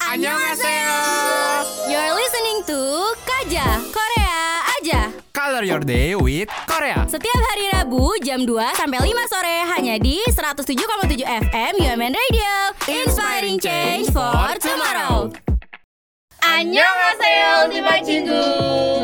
안녕하세요. You're listening to Kaja Korea aja. Color your day with Korea. Setiap hari Rabu jam 2 sampai 5 sore hanya di 107,7 FM UMN Radio. Inspiring change for tomorrow. Annyeonghaseyo Ultima Cinggu.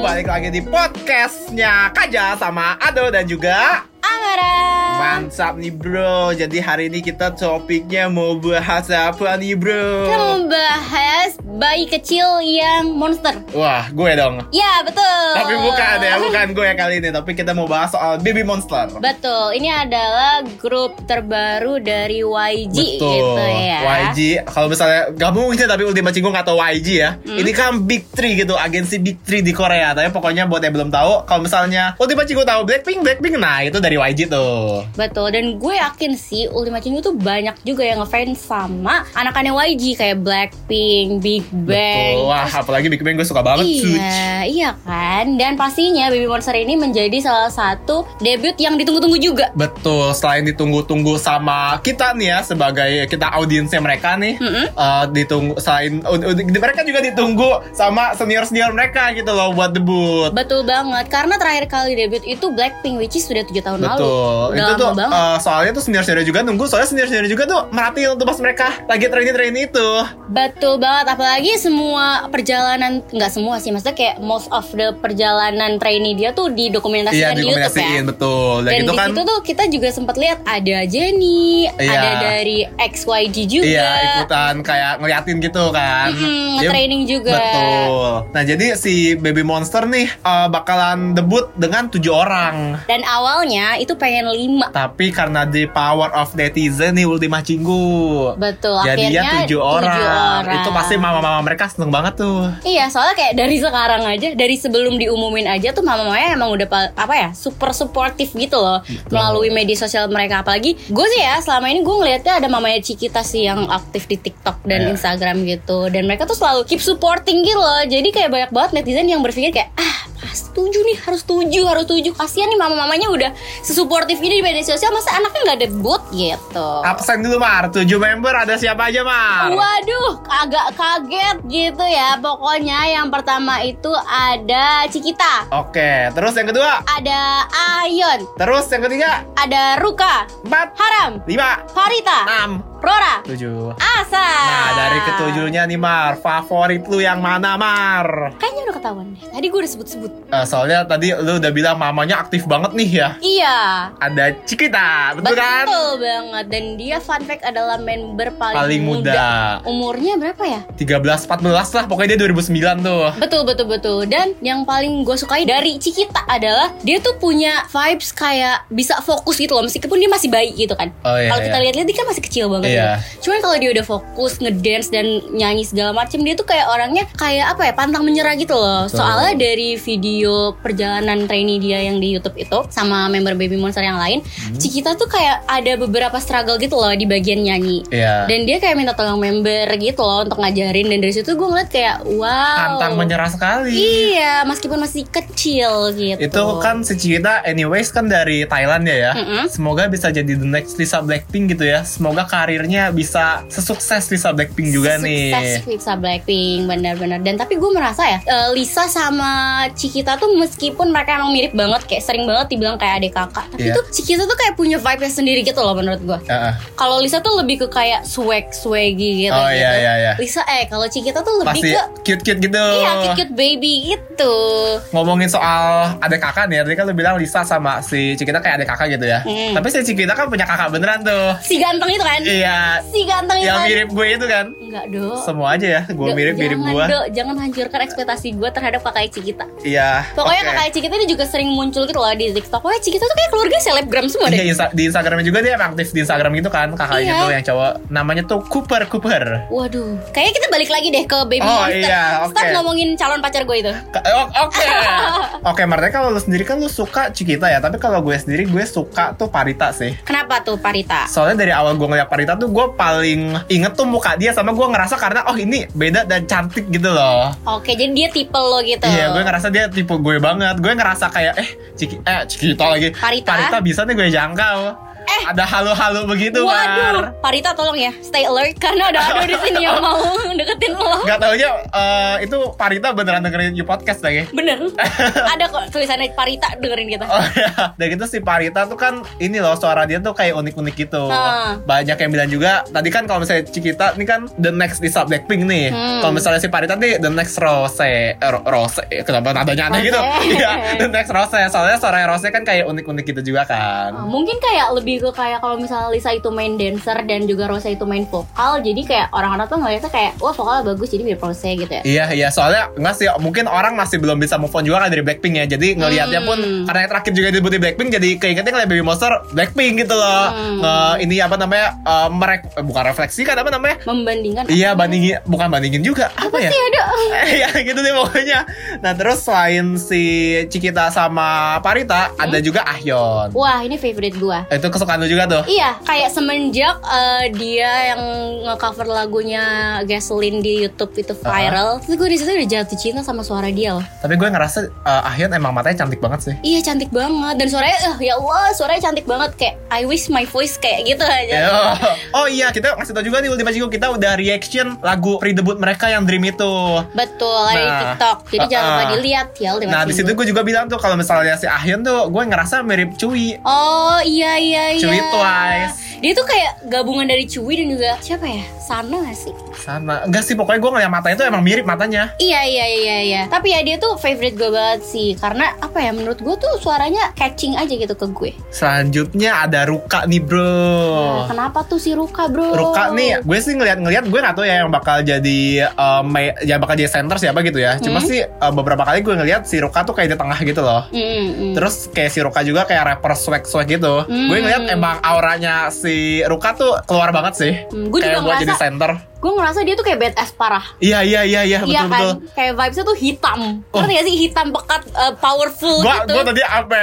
Balik lagi di podcastnya Kaja sama Ado dan juga Amara. Mantap nih bro Jadi hari ini kita topiknya mau bahas apa nih bro Kita mau membahas bayi kecil yang monster. Wah gue dong Ya, betul. Tapi bukan ya, bukan gue yang kali ini Tapi kita mau bahas soal Baby Monster Betul, ini adalah grup terbaru dari YG gitu ya. YG Kalau misalnya gabung aja tapi Ultima Cinggung atau YG ya Hmm. Ini kan Big Three gitu, agensi Big Three di Korea Tapi pokoknya buat yang belum tahu Kalau misalnya Ultima Cinggung tahu Blackpink, Blackpink Nah itu dari YG tuh Betul, dan gue yakin sih Ultima Chingu tuh banyak juga yang ngefans sama anakannya YG kayak Blackpink, Big Bang. Betul. Wah, apalagi Big Bang gue suka banget. Suci. Iya, iya kan. Dan pastinya Baby Monster ini menjadi salah satu debut yang ditunggu-tunggu juga. Betul, selain ditunggu-tunggu sama kita nih ya sebagai kita audiensnya mereka nih, eh, ditunggu selain ud- ud- mereka juga ditunggu sama senior-senior mereka gitu loh buat debut. Betul banget, karena terakhir kali debut itu Blackpink which is sudah 7 tahun lalu. Betul. Udah itu lama tuh banget. eh, soalnya tuh senior-senior juga nunggu, soalnya senior-senior juga tuh merhatiin tuh pas mereka lagi training-training itu. Betul banget, apalagi semua perjalanan nggak semua sih, maksudnya kayak most of the perjalanan trainee dia tuh didokumentasikan di YouTube ya. Iya, dikombinasiin, betul. Dan, Dan itu di kan situ tuh kita juga sempat lihat ada Jenny, Iya. ada dari XYG juga. Iya ikutan kayak ngeliatin gitu kan. Mm-mm, Dia- nge-training juga. Betul. Nah jadi si Baby Monster nih eh, bakalan debut dengan tujuh orang. Dan awalnya itu pengen lima. Tapi karena the power of netizen nih Ultima Cinggu. Betul, akhirnya Jadinya tujuh orang. orang. Itu pasti mama-mama mereka seneng banget tuh. Iya, soalnya kayak dari sekarang aja, dari sebelum diumumin aja tuh mama-mamanya emang udah pa- apa ya, super supportive gitu loh melalui media sosial mereka. Apalagi gue sih ya, selama ini gue ngelihatnya ada mamanya Cikita sih yang aktif di TikTok dan Iya. Instagram gitu. Dan mereka tuh selalu keep supporting gitu loh. Jadi kayak banyak banget netizen yang berpikir kayak ah pas tujuh nih harus tujuh harus tujuh kasihan nih mama-mamanya udah sesupportif ini di media sosial masa anaknya nggak debut gitu Absen dulu Mar, tujuh member ada siapa aja Mar? Waduh, agak kaget gitu ya. Pokoknya yang pertama itu ada Cikita, Oke, terus yang kedua, ada Ayon, terus yang ketiga, ada Ruka, empat, Haram, lima, Farita, enam, Rora, tujuh. Asa. Nah Ah. dari ketujuhnya nih Mar, favorit lu yang mana Mar? Kayaknya udah ketahuan deh. Tadi gue udah sebut-sebut. Eh, soalnya tadi lu udah bilang mamanya aktif banget nih ya. Iya. Ada Cikita, betul, kan? banget dan dia fun fact adalah member paling, Paling muda. Umurnya berapa ya? 13 14 lah, pokoknya dia 2009 tuh. Betul betul betul dan yang paling gue sukai dari Cikita adalah dia tuh punya vibes kayak bisa fokus gitu loh meskipun dia masih bayi gitu kan. Oh, iya, kalau kita iya. lihat-lihat dia kan masih kecil banget. Iya. gitu. Cuman kalau dia udah fokus ngedance dan nyanyi segala macem dia tuh kayak orangnya kayak apa ya pantang menyerah gitu loh. Betul. Soalnya dari video perjalanan trainee dia yang di YouTube itu sama member Baby Monster yang lain, Hmm. Cikita tuh kayak ada beberapa struggle gitu loh di bagian nyanyi. Iya. Dan dia kayak minta tolong member gitu loh untuk ngajarin dan dari situ gue ngeliat kayak wow. Pantang menyerah sekali. Oh. Iya, meskipun masih kecil gitu. Itu kan si Cikita anyways kan dari Thailand ya ya. Mm-mm. Semoga bisa jadi the next Lisa Blackpink gitu ya. Semoga karirnya bisa sesukses Lisa Blackpink juga nih. Sukses Lisa Blackpink benar-benar dan tapi gue merasa ya eh, Lisa sama Cikita tuh meskipun mereka emang mirip banget kayak sering banget dibilang kayak adik kakak tapi Iya. tuh Cikita tuh kayak punya vibe-nya sendiri gitu loh menurut gue Heeh. kalau Lisa tuh lebih ke kayak swag swaggy gitu Oh, iya, gitu. iya, iya. Lisa eh kalau Cikita tuh lebih Pasti ke cute-cute gitu. iya cute baby gitu ngomongin soal adik kakak nih, tadi kan lu bilang Lisa sama si Cikita kayak adik kakak gitu ya. Mm. Tapi si Cikita kan punya kakak beneran tuh. si ganteng itu kan Iya, si ganteng itu yang kan mirip gue itu kan. enggak dong Semua aja ya, gue Dok, mirip mirip jangan, gue. Dok. jangan hancurkan ekspektasi gue terhadap kakak Cikita. Iya. Pokoknya oke. kakak Cikita ini juga sering muncul gitu loh di TikTok. Pokoknya Cikita tuh kayak keluarga selebgram semua Iya, deh. Insta- di Instagramnya juga dia emang aktif di Instagram gitu kan kakaknya Iya. tuh yang cowok namanya tuh Cooper Cooper. Waduh, kayaknya kita balik lagi deh ke Baby Oh, Monster. iya, Start oke. ngomongin calon pacar gue itu. Ka- eh, o- Oke. Oke, Marta kalau lu sendiri kan lu suka Cikita ya, tapi kalau gue sendiri gue suka tuh Parita sih. Kenapa tuh Parita? Soalnya dari awal gue ngeliat Parita Korea tuh gue paling inget tuh muka dia sama gue ngerasa karena oh ini beda dan cantik gitu loh. Oke, jadi dia tipe lo gitu. Iya, gue ngerasa dia tipe gue banget. Gue ngerasa kayak eh Ciki eh Cikita lagi. Parita. bisa nih gue jangkau. Eh. Ada halo-halo begitu, gitu, Mar. Waduh, Parita tolong ya, stay alert karena ada Ado di sini yang mau deketin lo. Gak taunya eh, itu Parita beneran dengerin you podcast lagi. Bener, ada kok tulisannya Parita dengerin kita. Oh iya. Dan gitu si Parita tuh kan ini loh suara dia tuh kayak unik-unik gitu. Ah. Banyak yang bilang juga tadi kan kalau misalnya Cikita ini kan the next di sub Blackpink nih. Hmm. Kalau misalnya si Parita nih the next Rose, eh, Ro- Rose eh, kenapa nadanya Rose. aneh gitu? Iya, the next Rose. Soalnya suara Rose kan kayak unik-unik gitu juga Ah, kan. Mungkin kayak lebih ke kayak kalau misalnya Lisa itu main dancer dan juga Rosa itu main vokal, jadi kayak orang-orang tuh ngeliatnya kayak wah vokalnya bagus jadi mirip Rosa gitu ya. Iya iya soalnya enggak sih mungkin orang masih belum bisa move on juga kan dari Blackpink ya jadi ngelihatnya pun Hmm. karena yang terakhir juga disebutin Blackpink jadi keingetnya ngeliat Baby Monster Blackpink gitu loh Hmm. Eh, ini apa namanya eh, merek eh, bukan refleksi kan apa namanya Membandingkan ya? iya bandingin bukan bandingin juga apa ya sih ada. Iya gitu deh pokoknya Nah terus selain si Cikita sama Parita Ada Hmm? juga Ahyon Wah ini favorite gua. Itu kesukaan lu juga tuh Iya, kayak semenjak eh, dia yang ngecover lagunya Gasoline di YouTube itu viral, terus gue di situ udah jatuh cinta sama suara dia loh. Tapi gue ngerasa eh, Ahyon emang matanya cantik banget sih Iya cantik banget dan suaranya, eh, ya Allah suaranya cantik banget kayak I wish my voice kayak gitu aja. Oh iya kita ngasih tau juga nih Ultima Chico Kita udah reaction lagu pre-debut mereka yang Dream itu Betul ada di Nah, TikTok, jadi jangan lupa uh-uh. dilihat ya Ultimate Nah di situ Single. gue juga bilang tuh Kalau misalnya si Ahyon tuh Gue ngerasa mirip Cui Oh iya iya iya. Cui Twice. Dia tuh kayak gabungan dari Cui dan juga siapa ya? Sana gak sih? Sama Enggak sih pokoknya gue ngeliat matanya tuh emang mirip matanya Iya iya iya iya. Tapi ya dia tuh favorite gue banget sih karena apa ya menurut gue tuh suaranya catching aja gitu ke gue. Selanjutnya ada Ruka nih bro Nah, kenapa tuh si Ruka bro? Oh. Ruka nih, ya? gue sih ngeliat-ngeliat gue gak tau ya yang bakal jadi um, may- ya bakal jadi center siapa gitu ya. Cuma Hmm. sih uh, beberapa kali gue ngeliat si Ruka tuh kayak di tengah gitu loh. Mm-mm. Terus kayak si Ruka juga kayak rapper swag-swag gitu. Hmm. Gue ngeliat emang auranya si Ruka tuh keluar banget sih. Hmm, gue juga kayak buat jadi ngerasa, center. gue ngerasa dia tuh kayak badass parah. Iya iya iya iya Iya betul betul. kan, kayak vibesnya tuh hitam. Oh. Ngerti gak sih hitam pekat, eh, powerful Gue gitu. gue tadi apa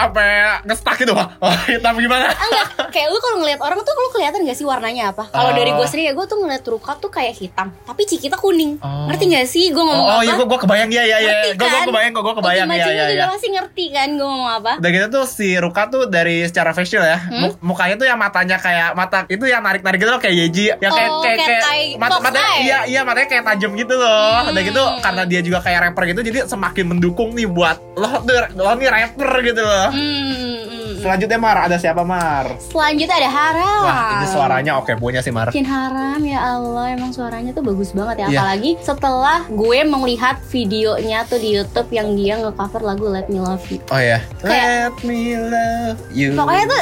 apa ngestak gitu wah oh, hitam gimana? Enggak, kayak lu kalau ngelihat orang tuh lu kelihatan gak sih warnanya apa? Kalau Ah. dari gue sendiri ya gue tuh ngeliat Ruka tuh kayak hitam, tapi Cikita kuning. Oh. Ngerti gak sih gue ngomong Oh, oh apa? iya gue kebayang iya iya iya. Ngerti Gue gue kan? kebayang kok gue kebayang Ultima iya Junior iya juga iya. pasti ngerti kan gue ngomong apa? Udah gitu tuh si Ruka tuh dari secara facial ya Hmm? mu- Mukanya tuh yang matanya kayak mata itu yang narik-narik gitu loh kayak Yeji Yang kayak, Oh, kayak, kayak kayak tai- mata, fox matanya, eye. Iya iya matanya kayak tajam gitu loh Udah gitu Hmm. karena dia juga kayak rapper gitu Jadi semakin mendukung nih buat lo, tuh, lo nih rapper gitu loh Hmm, hmm, hmm. Selanjutnya Mar, ada siapa Mar? Selanjutnya ada Haram. Wah ini suaranya oke punya sih Mar Makin haram ya Allah emang suaranya tuh bagus banget ya Iya. apalagi setelah gue melihat videonya tuh di YouTube yang dia ngecover lagu Let Me Love You. Oh iya Kayak- Let me love you Pokoknya tuh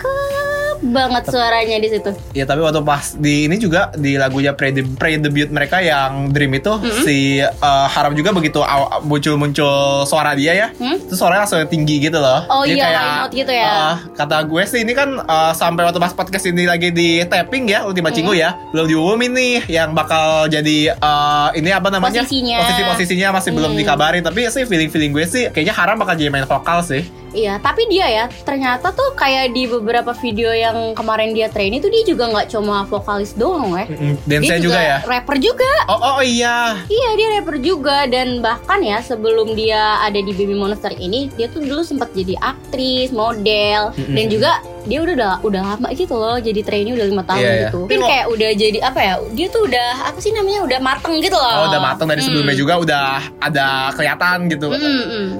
cakep banget suaranya di situ. Ya tapi waktu pas di ini juga di lagunya pre pre debut mereka yang Dream itu si eh, Haram juga begitu aw- muncul-muncul suara dia ya. Hmm? Terus suaranya langsung tinggi gitu loh. Oh Jadi iya, high note gitu ya. eh, kata gue sih ini kan eh, sampai waktu pas podcast ini lagi di tapping ya Ultima Cinggu ya. Belum diumumin nih yang bakal jadi eh, ini apa namanya? Posisinya. Posisi-posisinya masih belum Hmm. dikabarin tapi sih feeling-feeling gue sih kayaknya Haram bakal jadi main vokal sih. Iya, tapi dia ya ternyata tuh kayak di beberapa video yang kemarin dia training tuh dia juga nggak cuma vokalis doang ya. Dan Dia saya juga, ya. rapper juga. Oh, oh iya. Iya, dia rapper juga dan bahkan ya sebelum dia ada di Baby Monster ini, dia tuh dulu sempat jadi aktris, model Mm-mm. dan juga dia udah udah lama gitu loh jadi trainee udah lima tahun Iya, iya. gitu. Mungkin Tapi kayak udah jadi apa ya? Dia tuh udah apa sih namanya? Udah mateng gitu loh. Hmm. Oh, udah matang dari sebelumnya juga udah ada kelihatan gitu.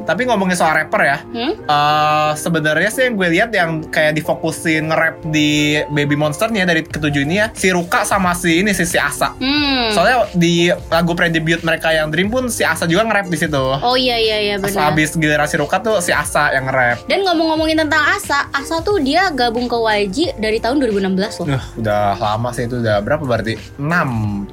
Tapi ngomongin soal rapper ya, Hmm? eh, sebenarnya sih yang gue lihat yang kayak difokusin nge-rap di Baby Monster nih ya, dari ketujuh ini ya, si Ruka sama si ini si, si Asa. Hmm. Soalnya di lagu pre-debut mereka yang Dream pun si Asa juga nge-rap di situ. Oh iya iya iya Pas benar. habis giliran si Ruka tuh si Asa yang nge-rap. Dan ngomong-ngomongin tentang Asa, Asa tuh dia gabung ke YG dari tahun 2016 loh. Duh, udah lama sih itu udah berapa berarti? 6.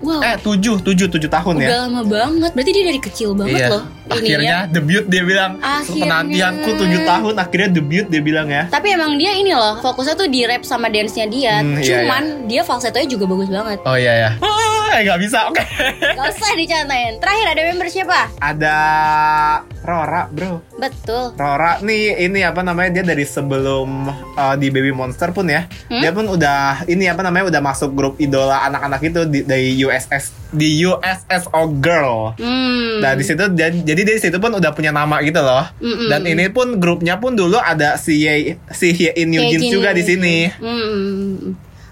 Wow. Eh, 7, 7, 7 tahun ya. Udah lama banget, berarti dia dari kecil banget loh. Iya, ya. Akhirnya debut dia bilang, Akhirnya. penantianku 7 tahun akhirnya debut dia bilang ya. Tapi emang dia ini loh, fokusnya tuh di rap sama dance-nya dia. Hmm, iya, Cuman dia falsettonya juga bagus banget. Oh iya ya. Ah, eh nggak bisa oke Gak usah dicantain. Terakhir ada member siapa? ada Rora bro Betul. Rora nih ini apa namanya dia dari sebelum uh, di Baby Monster pun ya Hmm? dia pun udah ini apa namanya udah masuk grup idola anak-anak itu di, dari USS di USSO Girl Hmm. Nah di situ dia- jadi dari situ pun udah punya nama gitu loh. Mm-mm. Dan ini pun grupnya pun dulu ada si Ye, si Hyein Kayak Eugene gini. juga di sini. Hmm.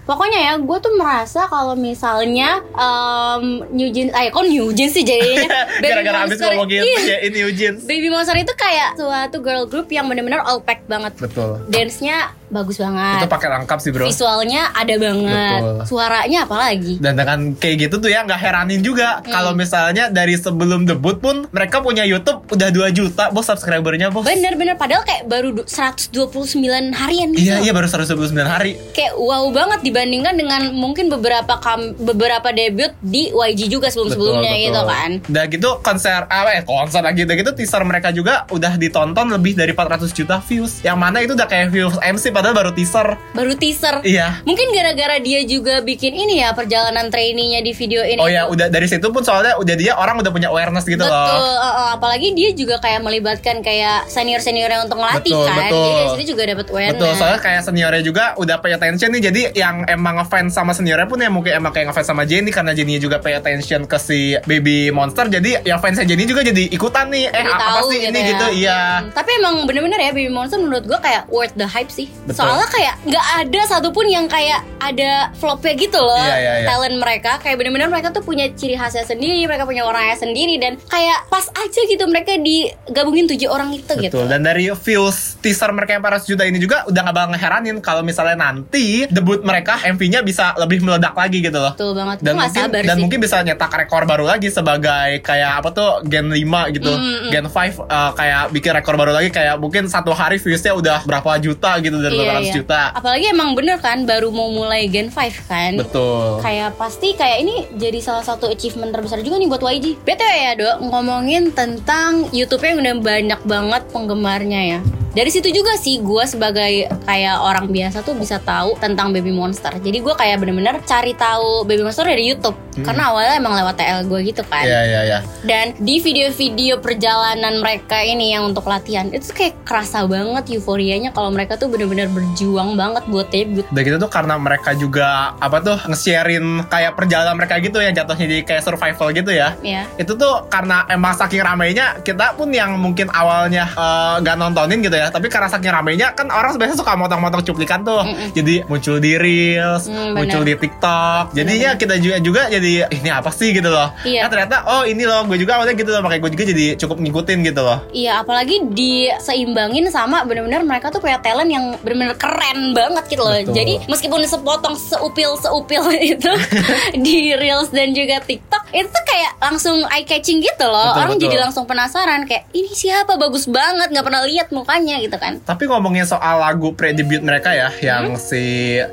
Pokoknya ya, gue tuh merasa kalau misalnya um, New Jeans, eh kok New Jeans sih jadinya Baby Gara-gara abis Monster- ngomongin Iya. Hyein Eugene. Baby Monster itu kayak suatu girl group yang benar-benar all pack banget. Betul. Dance-nya bagus Itu banget. pakai lengkap sih bro. Visualnya ada banget. Betul. Suaranya apalagi? Dan dengan kayak gitu tuh ya nggak heranin Hmm. juga kalau misalnya dari sebelum debut pun mereka punya YouTube udah 2 juta bos subscribernya bos. Bener-bener padahal kayak baru du- 129 harian gitu. Iya iya baru 129 hari. Kayak wow banget dibandingkan dengan mungkin beberapa kam- beberapa debut di YG juga sebelum-sebelumnya Betul, gitu betul. kan. Dan gitu konser ah, eh konser lagi udah gitu teaser mereka juga udah ditonton lebih dari 400 juta views. Yang mana itu udah kayak views MC padahal baru teaser. Baru teaser. Iya. Mungkin gara-gara dia juga bikin ini ya perjalanan trainingnya di video ini. Oh ya, udah dari situ pun soalnya udah dia orang udah punya awareness gitu Betul, loh. eh, eh, apalagi dia juga kayak melibatkan kayak senior-seniornya untuk ngelatih Betul, kan. betul. Jadi dari situ juga dapat awareness. Betul, soalnya kayak seniornya juga udah pay attention nih Jadi yang emang ngefans sama seniornya pun ya mungkin emang kayak ngefans sama Jenny Karena Jenny juga pay attention ke si baby monster Jadi yang fansnya Jenny juga jadi ikutan nih Eh Jadi apa tahu sih ini ya. gitu, iya Hmm, Tapi emang bener-bener ya Baby Monster menurut gue kayak worth the hype sih. Betul. Soalnya kayak nggak ada satupun yang kayak ada flopnya gitu loh Iya, iya, iya. talent mereka. Kayak bener-bener mereka tuh punya ciri khasnya sendiri, mereka punya orangnya sendiri dan kayak pas aja gitu mereka digabungin tujuh orang itu gitu. Betul. Dan dari views teaser mereka yang 400 juta ini juga udah gak bakal ngeheranin kalau misalnya nanti debut mereka MV-nya bisa lebih meledak lagi gitu loh. Betul banget. Dan Gue nggak mungkin, sabar dan sih. mungkin bisa nyetak rekor baru lagi sebagai kayak apa tuh Gen 5 gitu. Mm, Gen 5 eh, kayak bikin rekor baru lagi kayak mungkin satu hari viewsnya udah berapa juta gitu dari Iya, 800 iya. juta. Apalagi emang bener kan baru mau mulai Gen 5 kan. Betul. Kayak pasti kayak ini jadi salah satu achievement terbesar juga nih buat YG. BTW ya dok, ngomongin tentang YouTube yang udah banyak banget penggemarnya ya. Dari situ juga sih gue sebagai kayak orang biasa tuh bisa tahu tentang Baby Monster. Jadi gue kayak bener-bener cari tahu Baby Monster dari YouTube. Karena awalnya emang lewat TL gue gitu kan. Iya, iya, iya. Dan di video-video perjalanan mereka ini yang untuk latihan itu kayak kerasa banget euforianya kalau mereka tuh bener-bener berjuang banget buat debut. Dan gitu tuh karena mereka juga apa tuh nge-sharein kayak perjalanan mereka gitu yang jatuhnya jadi kayak survival gitu ya. Ya. itu tuh karena emang saking ramainya kita pun yang mungkin awalnya eh, nggak nontonin gitu ya tapi karena saking ramainya kan orang biasanya suka motong-motong cuplikan tuh jadi muncul di reels Mm, bener. muncul di tiktok jadinya kita juga juga jadi ini apa sih gitu loh Iya. Nah, ternyata oh ini loh gue juga awalnya gitu loh makanya gue juga jadi cukup ngikutin gitu loh Iya, apalagi diseimbangin sama bener-bener mereka tuh punya talent yang bener-bener keren banget gitu loh. Betul. Jadi meskipun sepotong seupil seupil itu di reels dan juga TikTok, itu tuh kayak langsung eye catching gitu loh. Betul, Orang betul. jadi langsung penasaran kayak ini siapa bagus banget nggak pernah lihat mukanya gitu kan. Tapi ngomongin soal lagu pre-debut mereka ya, Mm-hmm. yang si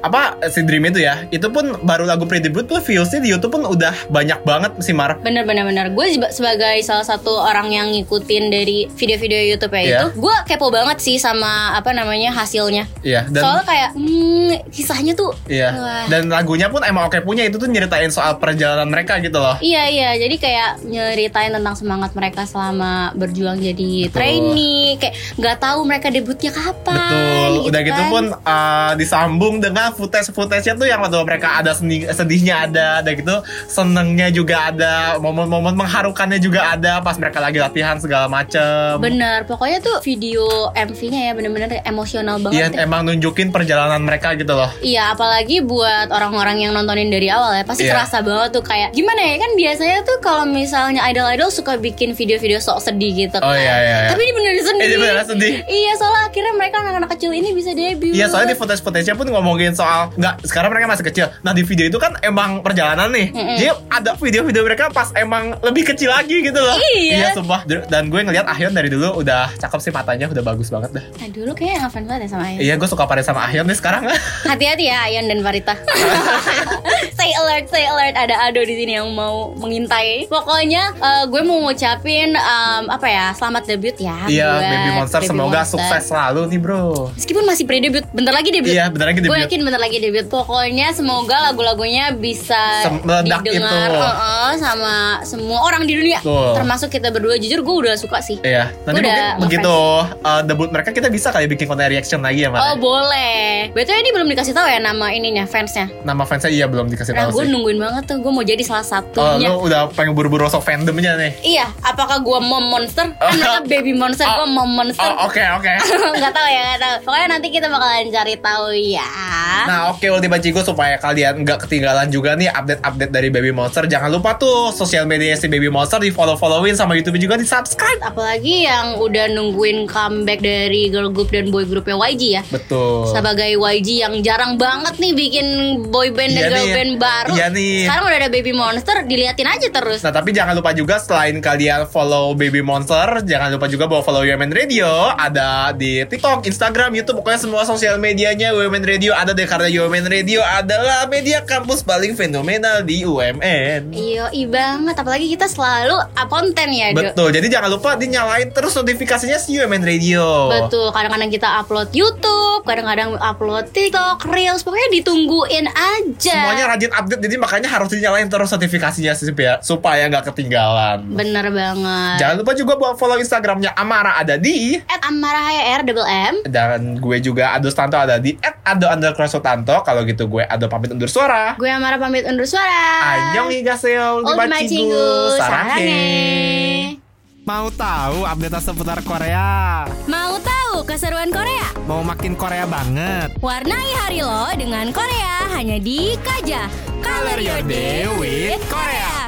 apa si Dream itu ya, itu pun baru lagu pre-debut tuh viewsnya di YouTube pun udah banyak banget sih Mar. Bener bener bener Gue seba- sebagai salah satu orang yang ngikutin dari video-video YouTube ya Iya. itu Gue kepo banget sih sama apa namanya hasilnya Iya. Dan Soalnya kayak hmm, kisahnya tuh Iya. wah. Dan lagunya pun emang oke punya itu tuh nyeritain soal perjalanan mereka gitu loh. Iya iya jadi kayak nyeritain tentang semangat mereka selama berjuang jadi trainee Kayak nggak tahu mereka debutnya kapan Betul. Udah gitu kan. pun uh, disambung dengan footage-footage-nya tuh yang waktu mereka ada seni- sedihnya ada, ada gitu senengnya juga ada, momen-momen mengharukannya juga ada pas mereka lagi latihan segala macem. Bener pokoknya tuh video MV-nya ya bener-bener emosional banget Iya, deh. emang nunjukin perjalanan mereka gitu loh. Iya, apalagi buat orang-orang yang nontonin dari awal ya pasti Iya. kerasa banget tuh kayak gimana ya kan biasanya tuh kalau misalnya idol-idol suka bikin video-video sok sedih gitu Oh, kan. iya, iya, iya. Tapi ini beneran sedih. Ini beneran sedih. Iya, soalnya akhirnya mereka anak-anak kecil ini bisa debut. Iya soalnya di footage-footage-nya pun ngomongin soal nggak sekarang mereka masih kecil. Nah di video itu kan emang perjalanan nih. Jadi ada video-video mereka pas emang lebih kecil lagi gitu loh. Iya. sumpah. D- Dan gue ngeliat Ahyeon dari dulu udah cakep sih matanya udah bagus banget dah. Nah, dulu kayaknya ngefans banget ya sama Ayan. Iya gue suka pada sama Ahyeon nih sekarang. Hati-hati ya Ayan dan Farita. stay alert, stay alert ada Ado di sini yang mau mau mengintai. Pokoknya eh, gue mau ngucapin em, apa ya selamat debut ya. Iya, buat Baby Monster Baby semoga Monster. sukses selalu nih, Bro. Meskipun masih pre-debut, bentar lagi debut. Iya, bentar lagi Gue debut. yakin bentar lagi debut. Pokoknya semoga lagu-lagunya bisa Sem- meledak gitu. didengar itu. eh, sama semua orang di dunia, Tuh. termasuk kita berdua. Jujur gue udah suka sih. Iya, nanti Udah, mungkin ngefans. begitu uh, debut mereka kita bisa kali bikin konten reaction lagi ya, Oh Mare. boleh. Betul ini belum dikasih tahu ya nama ininya fansnya. Nama fansnya iya belum dikasih Nah, tahu gue sih. nungguin banget tuh. Gue mau jadi salah Oh, satunya. lu udah pengen buru-buru sosok fandomnya nih. Iya, apakah gue mom monster? Kan mereka baby monster, gue mom monster. Oh, oke, oke. Nggak tahu ya, nggak tahu. Pokoknya nanti kita bakalan cari tahu ya. Nah oke Ultima Cigo supaya kalian nggak ketinggalan juga nih update-update dari Baby Monster Jangan lupa tuh sosial media si Baby Monster di follow-followin sama Youtube juga di subscribe Apalagi yang udah nungguin comeback dari girl group dan boy groupnya YG ya. Betul Sebagai YG yang jarang banget nih bikin boy band Iya dan girl nih. band baru. Iya nih. Sekarang udah ada baby monster, diliatin aja terus. Nah tapi jangan lupa juga selain kalian follow Baby Monster Jangan lupa juga bahwa follow Women Radio Ada di TikTok, Instagram, Youtube Pokoknya semua sosial medianya Women Radio ada deh Karena Women Radio adalah media kampus paling fenomenal di UMN Iya, i banget. Apalagi kita selalu up konten ya, Do. Betul, jadi jangan lupa dinyalain terus notifikasinya si UMN Radio Betul, kadang-kadang kita upload YouTube, kadang-kadang upload TikTok, Reels, pokoknya ditungguin aja. semuanya rajin update jadi makanya harus dinyalain terus notifikasinya sih supaya supaya nggak ketinggalan Bener banget. jangan lupa juga buat follow instagramnya Amara ada di At Amarahaya R double M. dan gue juga Ado Stanto ada di @ado underscore Sutanto kalau gitu gue Ado pamit undur suara Gue Amara pamit undur suara. Annyeong higaseo Ultima Cinggu. Sarange. Mau tahu update seputar Korea? Mau tahu keseruan Korea? Mau makin Korea banget? Warnai hari lo dengan Korea hanya di Kaja. Color your day with Korea.